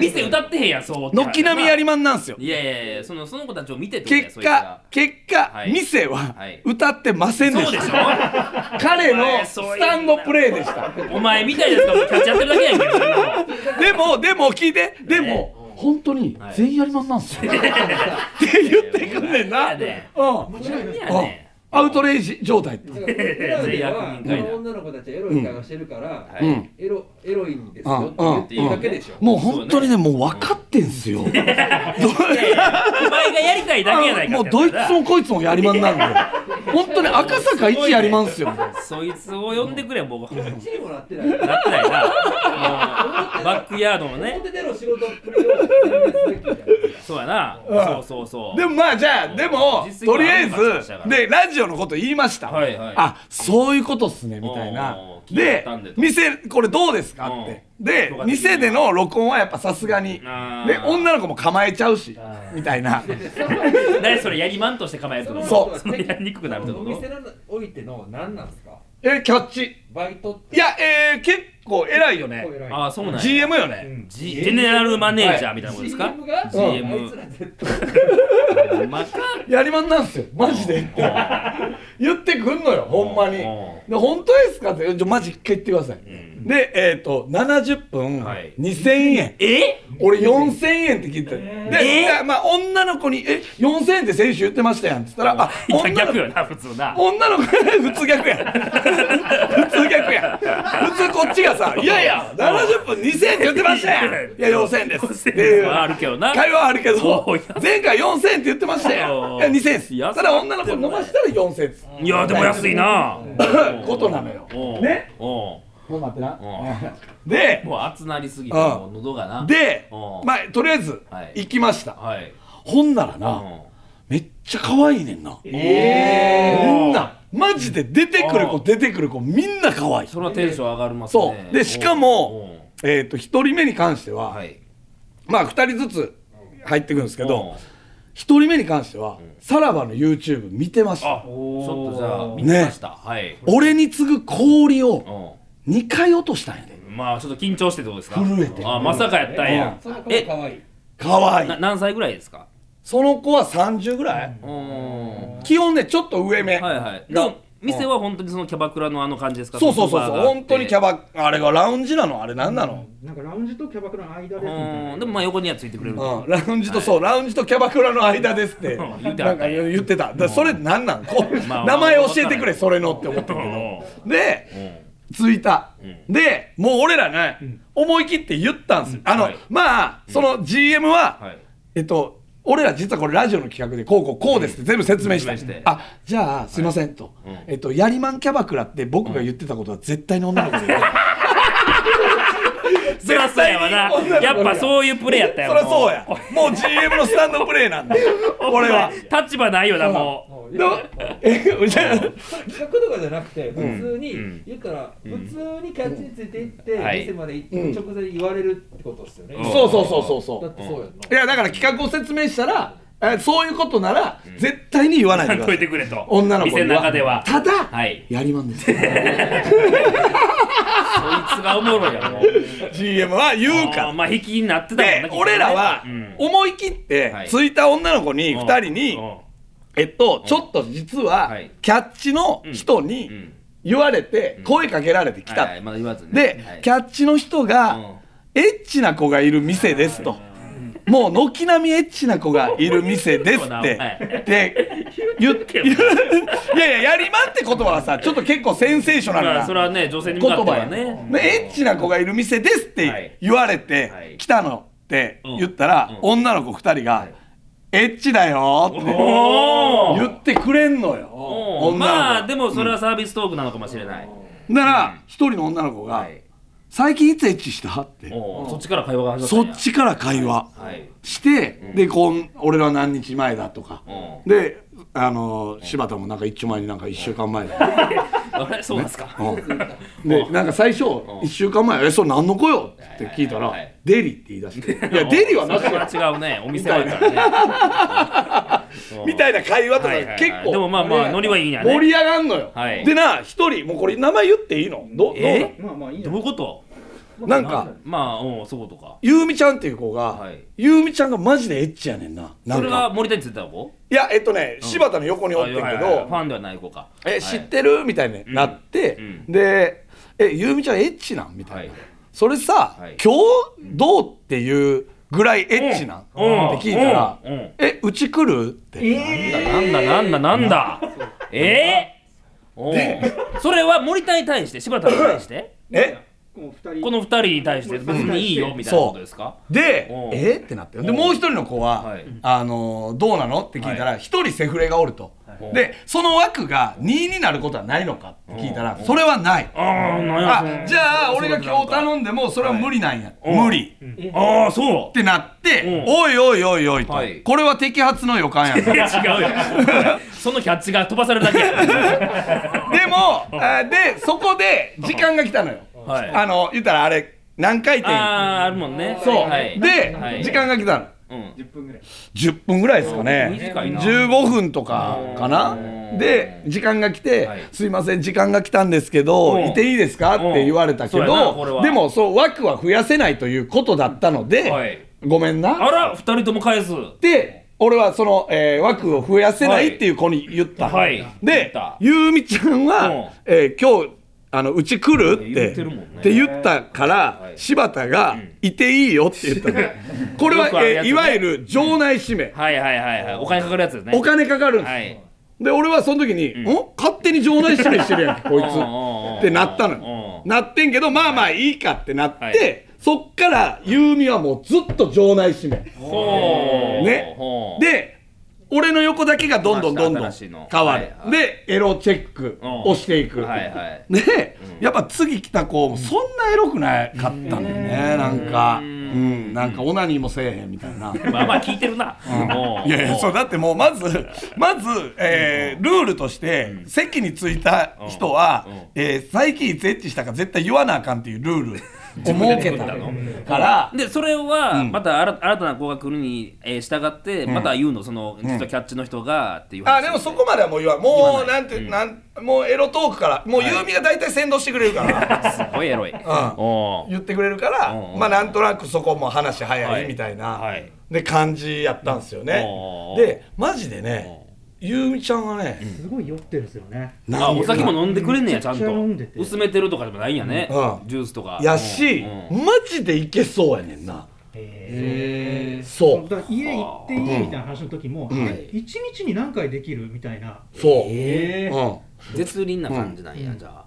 S3: 店歌ってへんやんそう思ったら
S2: 軒並みやりまんなんですよ。
S3: いやいやいやそのその子たちを見てってことや
S2: 結果、結果
S3: は、い
S2: 店は
S3: はい
S2: 歌ってません
S3: そ
S2: で
S3: いつらそう
S2: し。
S3: でしたょ
S2: 彼
S3: お
S2: の
S3: 前
S2: ス
S3: そういう
S2: タンドプレーでした。
S3: お前みたいな人がキャッチやってるだけやんけそんなもん
S2: でも、でも聞いて、でも、本当に全員やりまんなんです よ。って言ってくんねんな。
S3: いやいやいや
S2: うん
S3: 何や
S2: あ
S3: ね
S2: アウトレイジ状態って。
S7: だから裏ではこ
S3: 全然役に立たない
S7: の女の子たちはエロい探してるから、
S3: ん
S2: うん。
S7: エロエロいんです
S2: あ
S7: よって言っていいだけでしょ、
S2: もう本当にね、もう分かってんすよ。どう
S3: いやいやお前がやりたいだけやないか
S2: も
S3: っ
S2: う
S3: て
S2: ど
S3: や
S2: い
S3: つや
S2: つ
S3: な
S2: もこいつもやりまんなんで。本当に赤坂一やりまんすよ。
S3: そいつを呼んでくれもうなって
S7: チームもらってないよ
S3: ないなもうバックヤードのね
S7: 表での仕事っぷりを全然すべきじゃない
S3: そうやなそうそうそう
S2: でもまあじゃあ、でも
S3: 実、績
S2: とりあえ
S3: もありましたか
S2: ず、
S3: ら
S2: で、ラジオのこと言いました。
S3: はいはい
S2: あ、そういうことっすね、みたいな
S3: お。ー聞い
S2: で
S3: たんで、と
S2: 店、これどうですかっ
S3: うん
S2: て。で、店での録音はやっぱさすがに。
S3: あー
S2: で、女の子も構えちゃうし、みたいな。
S3: 何それやりまんとして構えるってこと
S2: そう
S3: そのやりにくくなるって
S4: お
S3: こ
S4: 店
S3: と
S4: のおいての何なんですか
S2: え、キャッチ。
S4: バイトって
S2: いや、えー、結構偉いよね
S4: こ。う偉い
S3: ああそうなんや
S2: GM よ
S4: う
S2: ね。
S4: ん
S3: G- ジェネラルマネージャーみたいなことですか
S4: CM が
S3: GM
S4: あいつら絶対
S3: マカ
S2: やりまんなんすよ。マジでって。言ってくんのよ、ほんまに。
S3: うん
S2: で、本当ですかって、ちょマジ一回言ってください。
S3: ん
S2: で、えっ、ー、と、70分、
S3: はい
S2: 2000円。
S3: え
S2: 俺4000円って聞いてたよで、
S3: えー
S2: いやまあ女の子に「え4000円って先週言ってましたやん」っつったら「あ女の
S3: 逆よな普通な
S2: 女の子 普通逆やん 普通逆やん普通こっちがさ「いやいや70分2000円って言ってましたやん」 「いや4000円です」っていう
S3: はあるけどな
S2: 会話はあるけ
S3: そ
S2: ど
S3: うや
S2: 前回4000円って言ってましたやん
S3: うん
S2: いや2000円です
S3: いや
S2: ただ女の子に飲ましたら4000円です
S3: いやでも安いな
S2: ことなのよ
S3: おう
S2: ね
S3: おう
S2: もう待ってな
S3: おう
S2: で
S3: もう熱なりすぎてもう喉がな
S2: で
S3: うん
S2: まあとりあえず
S3: はい
S2: 行きました
S3: はい
S2: ほんならな、めっちゃ可愛いねんな。えみんな、マジで出てくる子、出てくる子、みんな可愛い。
S3: それはテンション上がります
S2: そ
S3: ね
S2: う。で、しかも、えっ、と、一人目に関しては、
S3: おうおうはい
S2: まあ、二人ずつ入ってくるんですけ
S3: お
S2: ど
S3: う、
S2: 一人目に関しては、さらばの YouTube 見てました
S3: あ。ちょっとじゃあ見てましたはい
S2: 俺に次ぐ氷を
S3: お
S2: 2回落としたんやで。
S3: うまあちょっと緊張してどうですか
S2: 震えて
S3: あまさかやったんや
S4: その子も可愛い
S2: 可愛い
S3: な何歳ぐらいですか
S2: その子は30ぐらい、
S3: おお
S2: 基本ね、ちょっと上目。
S3: はいはいで
S2: が
S3: も店は本当にそのキャバクラのあの感じですか
S2: そうそうそうそう、本当にキャ
S3: バ
S2: バ、あれがラウンジなのあれなんなの、
S7: なんかラウンジとキャバクラの間ですみたいな
S3: うんでもまあ横にはついてくれる
S2: うんラウンジとそう、ラウンジとキャバクラの間ですって
S3: うん
S2: な
S3: 言
S2: ん
S3: うては
S2: か
S3: ったんや
S2: 言ってただからそれなんなんこう
S3: まあ
S2: 名前教えてくれ
S3: まあ
S2: それのって思ったけどで着いた
S3: う
S2: でもう俺らね思い切って言ったんですよあの
S3: はい
S2: まあその GM は
S3: はい
S2: えっと俺ら実はこれラジオの企画でこうこうこうですって全部説明し
S3: 説明して
S2: たあじゃあすいませんと
S3: うん
S2: えっとヤリマンキャバクラって僕が言ってたことは絶対に女の子で言う
S3: そりゃそうやわ
S2: 絶
S3: な
S2: 対に女の子が
S3: やっぱそういうプレーやった や
S2: そ
S3: ろ
S2: りゃそうやもう GM のスタンドプレーなんで 俺は
S3: 立場ないよなも
S4: もう
S2: どえじゃあ
S4: それ企画とかじゃなくて普通に、
S3: うん
S4: 言ったら、普通にキャッチについていって、
S3: はい
S4: 店まで行って直前に言われるってことですよね、
S3: うん
S2: そうそうそうそうそ
S4: だ
S2: う
S4: ってそうやんない
S2: やだから企画を説明したらえそういうことなら絶対に言わな
S3: う
S2: い でくだ
S3: と
S2: さ
S3: いて
S2: い
S3: くれと
S2: 女の子
S3: 店
S2: に
S3: の中では
S2: ただ、
S3: はい
S2: やりまんです
S3: そいつがおもろいやろ
S2: GM は言うか
S3: あー
S2: ら
S3: まあ引きになってたもんなき
S2: で
S3: っとね
S2: 俺らは
S3: うん
S2: 思い切って
S3: はい
S2: ついた女の子に2人に
S3: うん
S2: えっとちょっと実は
S3: はい
S2: キャッチの人
S3: う
S2: に
S3: ん
S2: 言われて
S3: ん
S2: 声かけられてきた
S3: はいはいまだ言わずにね
S2: で
S3: はい
S2: キャッチの人
S3: う
S2: が
S3: ん
S2: エッチな子がいる店ですともう軒並みエッチな子がいる店ですっ
S3: は
S2: て
S3: い
S2: で言っていやいややりまんって言葉はさちょっと結構センセーショナル
S3: まあ
S2: な
S3: それはね女性に向
S2: 言
S3: かって
S2: 葉
S3: は
S2: や
S3: ね
S2: ねエッチな子がいる店ですっ
S8: は
S2: て
S8: い
S2: 言われ
S8: は
S2: て
S8: い
S2: 来たのって言ったら
S3: う
S2: 女の子2人が「エッチだよ」って
S3: おー
S2: 言ってくれんのよ女
S3: おう
S2: の子
S3: まあでもそれはサービストークなのかもしれない
S2: なら一人の女の子が
S8: はい
S2: 「最近いつエッチした?」って
S3: おうそっちから会話が始まった
S2: そ
S3: んや
S2: っちから会話
S8: はい
S2: してでこん俺ら何日前だとか
S8: う
S2: であの柴田もなんか一丁前になんか1週間前だ
S3: あれそうなんですか
S2: うんでなんか最初1週間前「えそれ何の子よ?」って聞いた
S8: は
S2: ら
S8: いはいはいは
S2: 「デリ」って言い出 して「いやデリはなしよ
S3: それは違うねお店はあるからね
S2: みたいな会話とか
S3: はいはいはい
S2: 結構
S3: でもまあまあノリはいいんやね
S2: 盛り上がんのよ
S3: はい
S2: でな一人もうこれ名前言っていいのどどう
S3: え
S4: まあまあいいんじ
S3: どう
S4: ゃない
S3: いうこと
S2: なのなんか
S3: まあうんそういうことか
S2: ゆうみちゃんっていう子が
S8: はい
S2: ゆうみちゃんがマジでエッチやねんなな
S3: そ
S2: ん
S3: れ
S2: か
S3: が森田についてた子
S2: いやえっとね柴田の横におっ
S3: あ
S2: て
S3: い
S2: ん
S3: やはい
S2: け
S3: はいはい
S2: ど
S3: ファンではない子か
S2: 「え知ってる?」みたいになって
S3: うん
S2: で「えゆうみちゃんエッチなん?」みたいな
S8: はい
S2: それさ、
S8: はい
S2: 今日どうっていうぐらいエッチなんって聞いたら
S3: うんうん
S2: 「えうち来る?」って
S3: なんだなんだなんだなんだええおうそれは森田に対して柴田に対して
S2: え
S4: この二人
S3: この二人に対して別にいいよみたいなことですか
S2: で
S3: おう
S2: 「えっ?」てなってでもう一人の子は「
S8: はい
S2: あのどうなの?」って聞いたら一、人セフレがおると、
S3: い
S2: でその枠が2になることはないのかって聞いたら「それはない」
S3: ああなんやそ
S2: あ
S3: の
S2: じゃあ俺が今日頼んでもそれは無理なんや、
S3: い
S2: 無理っ
S3: ああそう
S2: てなって「
S3: うん
S2: おいおいおいおい」と、
S8: はい
S2: これは摘発の予感 やな
S3: 違うよ そのキャッチが飛ばさ れるだけや
S2: でも、あで、そこで時間が来たのよ。
S3: はい
S2: あの、言ったらあれ、何回
S3: あ
S2: 転。
S3: ああるもんね
S2: そう、
S3: はい
S2: で、
S3: はい
S2: 時間が来たの。
S3: うん
S9: 10分ぐらい
S2: 10分ぐらいですかね。
S3: 短いな
S2: 15分とかかなで時間が来て、
S8: はい
S2: すいません時間が来たんですけど、
S3: うん
S2: いていいですか?」って言われたけ
S3: うんそうやなこれ
S2: ど
S3: は
S2: でもそう枠は増やせないということだったので「
S8: はい
S2: ごめんな」
S3: あら二人とも返す
S2: で俺はその、えー枠を増やせないっていう子に言った、
S3: はい言っ
S2: で
S3: た
S2: ゆうみちゃん
S3: うん
S2: は、えー今日あのうち来るって
S8: 言
S2: っ
S8: っててるもんね
S2: 言ったから、
S8: はい
S2: 柴田が、いていいよ」って言ったの これは、
S3: よくある
S2: え
S3: や
S2: ー
S3: つね
S2: いわゆる場内指名、
S3: はいはいはいはいお金かかるやつですね
S2: お金かかるんです、
S3: はい
S2: で俺はその時に「ん勝手に場内指名してるやんけこいつ」ってなったのよ
S3: うん
S2: なってんけどまあまあいいかってなって、
S3: はい
S2: そっからゆうみはもうずっと場内指名
S3: ほう
S2: ね
S3: ほう
S2: で俺の横だけがどんどんどんどん
S8: また新しい
S2: 変
S8: の
S2: わる、
S8: はいはい
S2: でエロチェックをしていく、
S8: はいはい
S2: で、やっぱ次来た子もそんなエロくなかったんだよねなんかうんなんかオナニーもせえへんみたいな。
S3: まあまあ聞いてるなお
S2: いやいやそうだってもうまずまず、えールールとして、席に着いた人は、えー最近いつエッチしたか絶対言わなあかんっていうルールを設けたから
S3: でそれはまた新新たな子が来るにえー従ってまた言うのその実はキャッチの人がっていう話
S2: あでもそこまではもう言わんもうなんて、なんもうエロトークからもうゆうみが大体先導してくれるから、
S3: すごいエロいおう
S2: 言ってくれるから、
S3: うんうん
S2: まあなんとなくそこも話早
S3: はいい
S2: みたいな、
S3: はい
S2: で感じやったんですよね、
S3: うん
S2: でマジでね、ゆうみちゃんがね、
S4: すごい酔ってるんですよね
S3: あお酒も飲んでくれんねやちゃん
S4: めちゃくちゃ飲んで
S3: と
S4: て
S3: 薄めてるとかでもないんやね
S2: うん
S3: ジュースとか
S2: やし、
S3: うん
S2: マジでいけそうやねんな
S4: へえ
S2: そう
S4: だから家行っていいみたいな話の時もえ一日に何回できるみたいな
S2: そう、
S4: え
S3: 絶倫な感じなんやじゃあ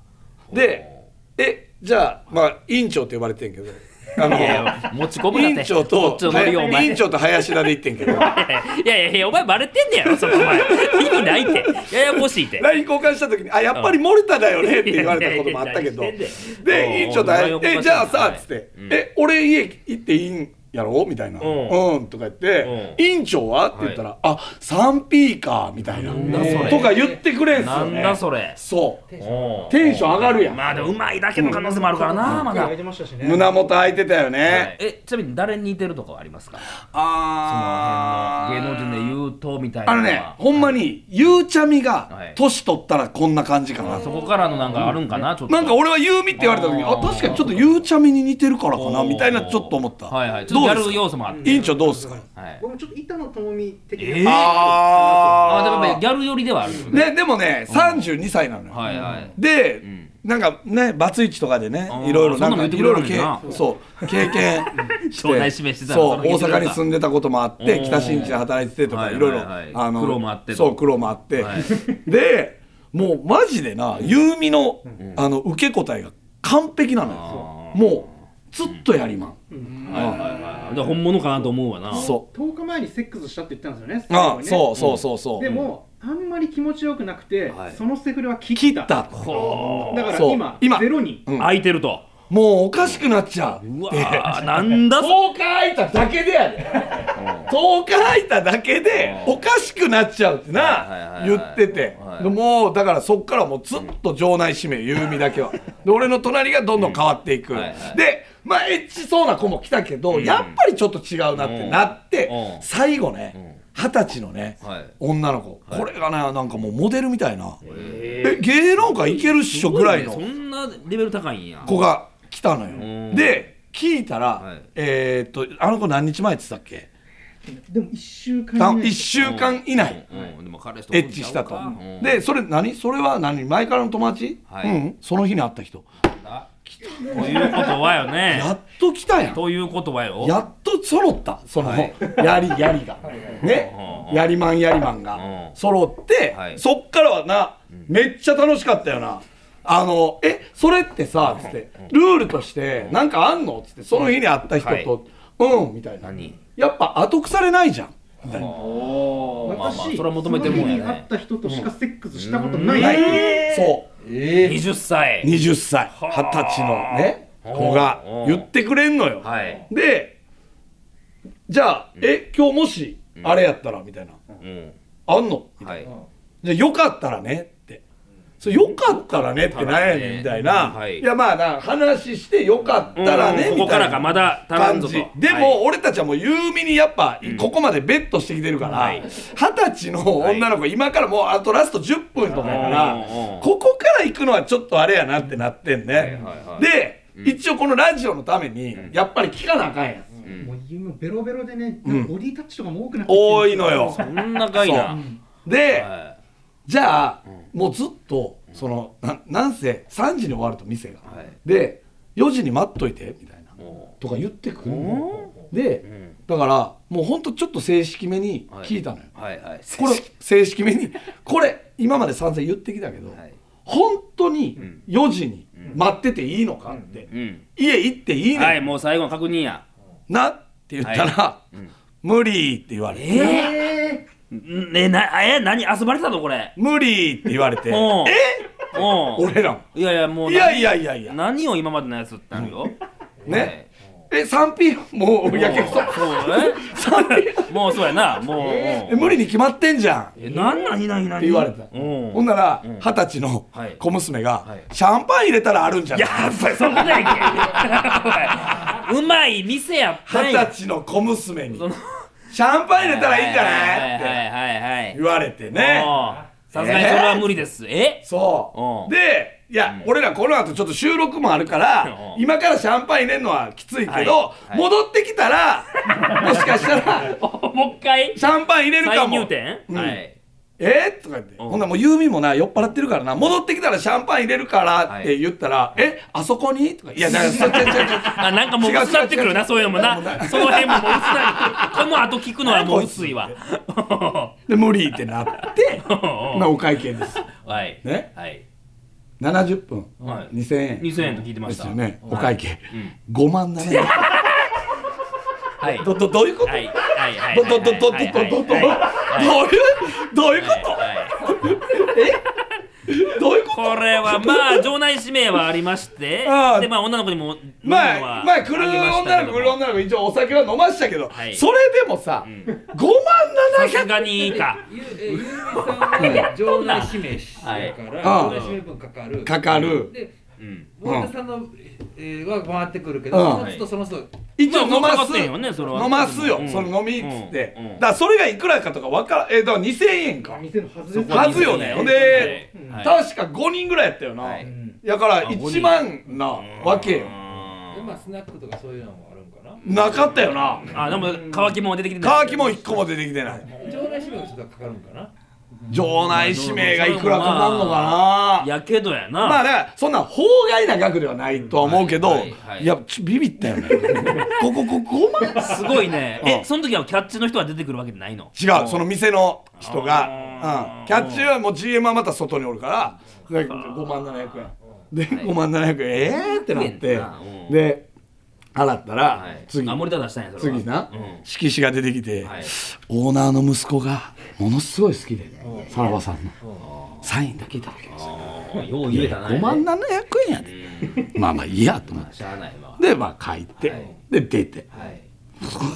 S2: うん、でえじゃあまあ委員長って呼ばれてんけどあの
S3: いやいや持ち込むな
S2: 委
S3: って
S2: 員長
S3: こ
S2: と
S3: っちのノリをお前
S2: 委員長と林田で行ってんけど
S3: いやいやいやお前バレてんねやろそこお前意味ないってややこしいって
S2: ライン交換した時に「あやっぱり森田だよね」って言われたこともあったけど
S3: いやいやいや
S2: で委員長と
S3: う
S2: 「
S3: ん
S2: えじゃあ
S3: は
S2: さ」
S3: い
S2: っつって
S3: う
S2: 「
S3: ん
S2: え俺家行っていいんやろ?」みたいな「
S3: ん
S2: うん」とか言って「委員長は?」って言ったら「あ 3P か」みたいな
S3: だそれ
S2: とか言ってくれんす
S3: な
S2: よ
S3: ん
S2: ね
S3: だそれ
S2: そう
S3: おう
S2: テンション上がるやん
S3: まあでもうまいだけの可能性もあるからなまだ
S4: 開いてましたしね
S2: 胸元開いてたよね
S3: えちなみに誰に似てるとかはありますか
S2: あ
S3: 芸
S2: ー
S3: 能人で言うとみたいな
S2: あの
S3: は
S2: ねほんまにゆうちゃみが
S3: はい
S2: 年取ったらこんな感じかな
S3: そこからのなんかあるんかなちょっと
S2: なんか俺はゆうみって言われた時にあ
S3: あー
S2: 確かにちょっとゆうちゃみに似てるからかなみたいなちょっと思った
S3: はいはいちょっ
S2: ど
S3: と
S2: う
S3: や
S2: です
S3: る
S2: か
S3: 要素もあって
S2: 委員長どうですか
S3: はい
S4: 僕もちょっと板野友美的な
S3: えーあでもやっぱ
S2: あ
S3: りギャル寄りではあるよ
S2: ーででもね32歳なのよ
S3: はいはい
S2: で
S3: ん
S2: なんかねバツイチとかでね
S3: あー
S2: いろいろ
S3: そん
S2: な
S3: な
S2: ん
S3: の
S2: かい
S3: 言ってくれ
S2: ろ
S3: る
S2: い
S3: の
S2: ろ
S3: に
S2: け
S3: な
S2: そう経験 して
S3: 招待示してたら
S2: そう
S3: その日
S2: 大
S3: 知らなか
S2: 阪
S3: った
S2: に住んでたこともあっ
S3: お
S2: て
S3: ー
S2: 北新地で働いててと
S3: は
S2: か
S3: い
S2: いろいろ
S3: はいはい
S2: あの
S3: 苦労もあってと
S2: そう苦労もあって
S3: はい
S2: でもうマジでな優美のあの受け答えが完璧なのよもうずっとやりまん
S3: で本物かなと思うわな
S2: そ
S4: 10日前にセックスしたって言ったんですよね
S2: うあ
S4: 最後
S2: そうそうそうそう
S4: にねでもあんまり気持ちよくなくて
S10: はい
S4: そのセフレは切っ
S2: 切
S4: た
S2: った
S3: ほ
S4: だから
S2: そう
S4: 今
S2: 今
S4: ゼロに
S3: う空いてると
S2: もうおかしくなっちゃう
S3: うわーなんだそ
S2: 10日空いただけでやで10日空いただけでおかしくなっちゃうって
S10: はいはい
S2: な
S10: はい
S2: 言ってて
S10: はい
S2: でもうだからそっからもうずっと場内指名優美だけはで俺の隣がどんどん変わっていく
S10: はいはい
S2: でまあエッチそうな子も来たけどやっぱりちょっと違うなってなって
S10: うん
S2: 最後ね二十歳のね
S10: はい
S2: 女の子これがねなんかもうモデルみたいなえ芸能界いけるっしょぐらいの
S3: そんなレベル高いんや
S2: 子が来たの
S10: う
S2: よ
S10: ん
S2: で聞いたら、
S10: はい
S2: えーっとあの子何日前って言ってたっけ
S4: でも1週間
S2: あ
S4: 以内
S2: 1週間以内
S10: うんでも彼氏と
S2: エッチしたと
S10: うん
S2: でそれ何それは何前からの友達、
S10: はい
S2: うんその日に会った人
S3: ということはよね
S2: やっと来たやん
S3: ということはよ
S2: やっと揃ったその、
S10: はい
S2: やりやりがねやりまんやりまん
S10: うん
S2: が揃って、
S10: はい
S2: そっからはなめっちゃ楽しかったよなあのえそれってさつってルールとしてなんかあんのつってその日に会った人と、うんみたいな
S10: 何
S2: やっぱ後腐れないじゃんみたいな
S10: まあまあ
S4: 私
S10: それは求めてるもんやね
S4: その日に会った人としかセックスしたことない
S2: そ
S3: 20
S2: う20歳
S3: 歳
S2: 二十歳のね子が言ってくれんのよ、
S10: はい
S2: でじゃあ、え今日もしあれやったらみたいな、
S10: うん
S2: あんの
S10: はい
S2: じゃあよかったらねってそれよかったらねってなんやねんみたいな、
S10: はい
S2: い、やまあな話してよかったらねみた
S3: うん
S2: いな、
S3: ここからかまだ足らん
S2: 感
S3: ぞ
S2: じ
S3: と
S2: でも、
S3: はい
S2: 俺たちはもう優美にやっぱここまでベットしてきてるから
S3: はい
S2: 二十、歳の女の子、今からもうあとラスト10分とかやから
S10: うんうん
S2: ここから行くのはちょっとあれやなってなってんね、
S10: はいはい
S2: で、一応このラジオのためにやっぱり聞かなあかんやん、
S4: もう夢ベロベロでね、
S2: ん
S4: ボディタッチとかも多くなってきて
S2: 多いのよ
S3: そんなかいな
S2: で、
S10: は
S2: じゃあ、もうずっとそのななんせ3時に終わると店が、
S10: はい
S2: で4時に待っといてみたいない
S10: も
S2: とか言ってくるで、だからもうほんとちょっと正式めに
S10: うはい
S2: 聞いたのよ、
S10: はいはい
S2: これ正式めにこれ今まで散々言ってきたけど、
S10: はい
S2: 本当に4時に待ってていいのかって、
S10: うん
S2: 家行っていいねん、
S3: はいもう最後の確認や
S2: なって言ったら、無理って言われて、
S3: えーねなえ何遊ばれてたのこれ
S2: 無理って言われ て、
S3: うん
S2: え
S3: うん
S2: 俺らも
S3: いやいやもう
S2: い
S3: い
S2: やいやいやいや
S3: 何を今までのやつってなるよ
S2: ね、え 3P もうやけくそ
S3: そうえもうそうやなもう
S2: え無理に決まってんじゃんって
S3: え何何何何
S2: 言われた、
S3: うん
S2: ほんなら二十歳の
S10: はい
S2: 小娘が、
S10: はい
S2: シャンパン入れたらあるんじゃない
S3: やっぱりそこだやけ おいうまい店やったん
S2: 二
S3: や
S2: 十歳の小娘に
S3: その
S2: シャンパン入れたらいいんじゃない
S3: は
S2: って
S3: いはいはいはい
S2: 言われてね
S3: はいうんさすがにそれは無理ですえ
S2: そううんでいや、俺らこの後ちょっと収録もあるから、
S3: うん
S2: 今からシャンパン入れるのはきついけど、
S3: はいはい
S2: 戻ってきたらもしかしたら
S3: もう一回
S2: シャンパン入れるか
S3: 再
S2: も
S3: 入店
S2: うん
S10: はい
S2: えー、とか言って、
S3: ん
S2: ほんならもうユーミンもな酔っ払ってるからな戻ってきたらシャンパン入れるからって言ったら、えあそこにとかいやだからそっちちゃ
S3: あなんかもう薄なってくるなそういうのもなその辺ももう薄なってこの後聞くのはもう薄いわ
S2: で無理ってなってなお会計です
S3: はい
S2: ね
S3: はい
S2: 70分、
S3: はい
S2: 2000円
S3: 2000円と聞いてま
S2: で
S3: し
S2: す
S3: た
S2: よね、お会計、5万7円
S3: はい
S2: どどどういうこと、
S3: はいはいはい
S2: どどどどどどどどど
S3: はいはいはい
S2: どういうどういうこと、
S3: はい
S2: どういうこと
S3: これはまあ場内指名はありまして
S2: ああ
S3: でまあ女の子にも
S2: まあ、まあ来る女の子来る
S3: の
S2: 女の子一応お酒は飲ましたけど、
S3: はい
S2: それでもさ、5万
S3: さ
S2: 7百
S3: すがにいいか
S11: ゆえゆうみさんは場内指名してるから、
S2: はい
S11: 場内指名分かかる。
S2: かかる
S11: で、
S3: うん
S11: 太田さんの、えー、は回ってくるけ
S2: うん
S11: ど、その人その人、
S2: 一応飲
S3: まあ
S2: ま
S3: 儲かっ
S2: す、
S3: てんよねそれは
S2: 飲ますよ、
S3: うん
S2: その飲みっつって、
S3: うんうん
S2: だからそれがいくらかとかわからえだから2000円か
S4: 店のはずです
S2: はずよねほんで、
S3: はい
S2: 確か5人ぐらいやったよな、
S10: はい
S2: だから
S3: あ五
S2: 1
S3: 人
S2: 万なわけよ
S11: でまあスナックとかそういうのもあるんかな。
S2: なかったよな
S3: あでも乾きも出てきてない
S2: 乾きも1個も出てきてない
S11: 場内指名の人がかかるんかな。
S2: 場内指名がいくらかかんのかな
S3: やけどやな。
S2: まあだからそんな法外な額ではないとは思うけど、
S3: はいいはい
S2: やちょビビったよ ねここここまです
S3: ごい ね。
S2: う
S3: え、
S2: ん
S3: その時はキャッチの人は出てくるわけないの。
S2: 違うその店の人
S3: あ
S2: が、
S3: ー
S2: うん、キャッチはもう GM はまた外におるからで5万700円で5万700円ええー、ってなって
S3: うん
S2: で払ったら、
S3: はい。
S2: 次
S3: あ、森田出したんや、それは
S2: 次な、
S3: うん
S2: 色紙が出てきて、
S3: はい
S2: オーナーの息子がものすごい好きで、さらばさんのサインだけいただきました
S3: あーよう言えたな。
S2: 5万700円やで
S3: うん
S2: まあまあいいやと思って
S3: しゃあないわ。
S2: でまあ書いて、
S3: はい
S2: で出て
S3: はい。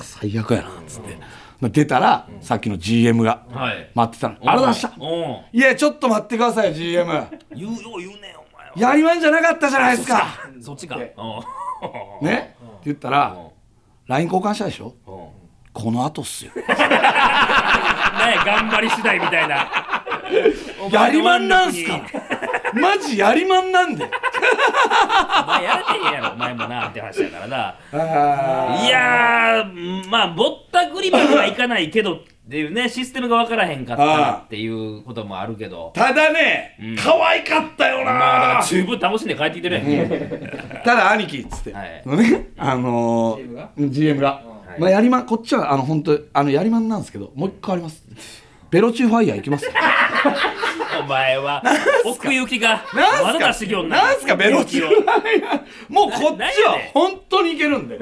S2: 最悪やなっつって、まあ、出たら、さっきの GM が
S3: はい。
S2: 待ってたの、あれ出した
S3: うん。
S2: いやちょっと待ってください GM
S3: 言うよう言うねんお前は
S2: やりまんじゃなかったじゃないですか
S3: そっちか
S2: で
S3: う
S2: ねって言ったら LINE 交換したでしょ
S3: んうん
S2: この後っすよ
S3: ね頑張り次第みたいな
S2: やりまんなんすから マジやりまんなんで
S3: お前やれてへんやろお前もなって話やからな
S2: あ
S3: いやーまあぼったくりまではいかないけどっていうねシステムが分からへんかったらっていうこともあるけど
S2: ただね、可愛かったよな、
S3: まあだから十分楽しんで帰ってきてるやんけ
S2: ただ兄貴っつって、
S3: はい
S2: ねあのー
S11: GM が
S2: GM が、
S3: い
S2: まあやりまんこっちはあの本当あのやりまんなんですけどもう一回ありますベロチューファイヤー行 きます
S3: お前は奥行きがまだ出してきよん
S2: なんすかベロチューファイヤーもうこっち
S3: ななん
S2: は
S3: やねん
S2: 本当にいけるんで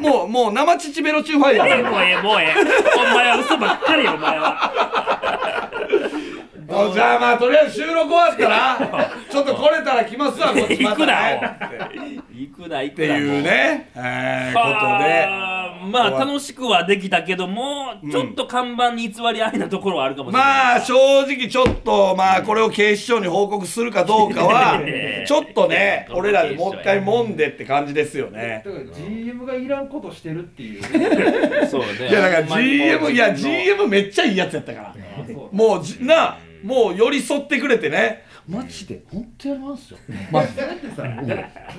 S2: もうもう生乳ベロチューファイヤー
S3: もうええもうええお前は嘘ばっかりよお前は
S2: あじゃあまあとりあえず収録終わった らちょっと来れたら来ますわこっちま
S3: 行
S2: た
S3: くな
S2: ね
S3: 行くな行くなっ
S2: っていうね、えー、こ
S3: あーまあ楽しくはできたけども、ちょっと看板に偽りありなところはあるかも
S2: とで
S3: しれない、
S2: まあ正直ちょっとまあこれを警視庁に報告するかどうか はちょっとね俺らでもう一回もんでって感じですよね
S11: だから GM がいらんことしてるっていう。
S3: そうね
S2: いやだから
S3: ほんまにも
S2: GM
S3: う
S2: いや
S3: 自分の
S2: GM めっちゃいいやつやったから
S11: あそう
S2: もうじなもう寄り添ってくれてねマジで本当やり ますよマジで
S11: だってさ、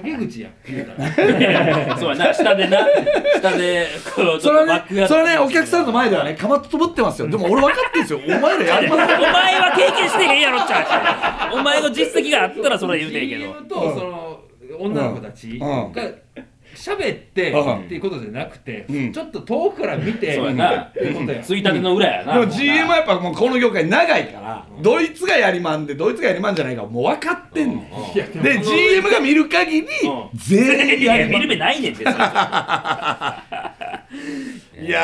S11: 陰口やん。言うたら
S3: そうやな下でな下でこう
S2: そ
S3: ちょ
S2: れ
S3: っとバ
S2: は
S3: ックや
S2: ね、
S3: っ
S2: それはね、お客さんの前ではね、かまととぶってますよ。でも俺分かってんすよ。お前らやり
S3: お
S2: まん
S3: 前は経験してへんやろっちゃうしお前の実績があったらそれは言うてんけど
S11: GM とその女の子たちが喋って
S2: うん
S11: っていうことじゃなくて、
S2: うん
S11: ちょっと遠くから見て
S3: そうやな
S11: っていうことやん。
S3: ついたての裏やな
S2: で
S3: も
S2: も
S3: うな
S2: GM はやっぱもうこの業界長いから、ドイツがやりまんで、ドイツがやりまんじゃないからもう分かってんね
S11: いや
S2: ん。で、GM が見る限り、
S3: ん
S2: 全員
S3: い
S2: や
S3: や
S2: りま
S3: 見る
S2: ん。
S3: 目ないねん別にちょっ
S2: いや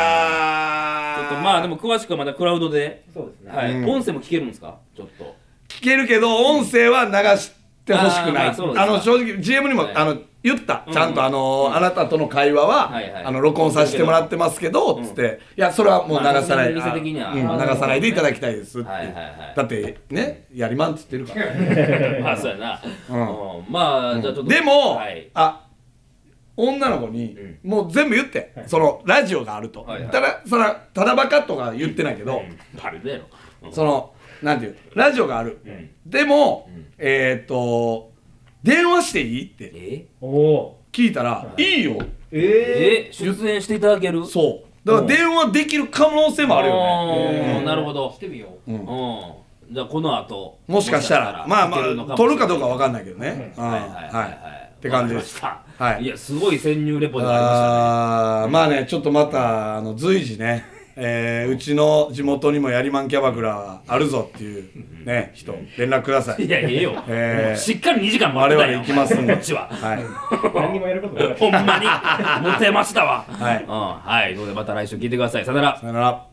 S2: ー。
S3: とまあでも詳しくはまだクラウドで、
S11: そうですね。
S3: はい
S2: うん
S3: 音声も聞けるんですかちょっ と
S2: 聞けるけど、音声は流してほしくない。あ
S3: あーまあそうですか
S2: の、正直、GM にも
S3: はい、
S2: あの、言った
S3: う。ん
S2: ちゃんとあの、あなたとの会話
S3: はいはい
S2: は、あの、録音させてもらってますけど、つって、いや、それはもう流さない。
S3: まあ店的には
S2: うん流さないでいただきたいですって。
S3: はいはいはい
S2: だってねやりまんっつってるから
S3: まあそうやな、
S2: うん
S3: うんまあ、じゃあちょっと
S2: でも、
S3: はい
S2: あ女の子に、もう全部言って、そのラジオがあると、
S3: はいはい
S2: ただそらただバカとか言ってないけど、
S3: バレるやろ、うん
S2: そのなんていうラジオがある、でも、えーっと電話していいって
S3: え
S4: おお
S2: 聞いたら、い、いよ
S4: え
S3: え
S4: え
S3: 出演していただける
S2: そうだから電話できる可能性もあるよね
S3: ねなるほど
S11: してみよう。
S3: うんじゃあこの後
S2: もしかしたらまあまあ取るかどうかわかんないけどね、うん
S3: は
S2: はいい
S3: はいはいはい
S2: って感じです
S3: わかりました
S2: はい
S3: いやすごい潜入レポになりましたね
S2: あーまあねちょっとまたあの随時ね、 えーうちの地元にもやりまんキャバクラあるぞっていうね人連絡ください
S3: いやいいよ、
S2: えー
S3: もうしっかり2時間
S2: 我
S3: 待ってた
S2: 々
S3: よ
S2: 行きますんで
S3: こっちは
S2: はい
S4: 何にもやることない
S3: ほんまにモテましたわ
S2: はい
S3: うんはいということでまた来週聞いてくださいさよなら
S2: さよなら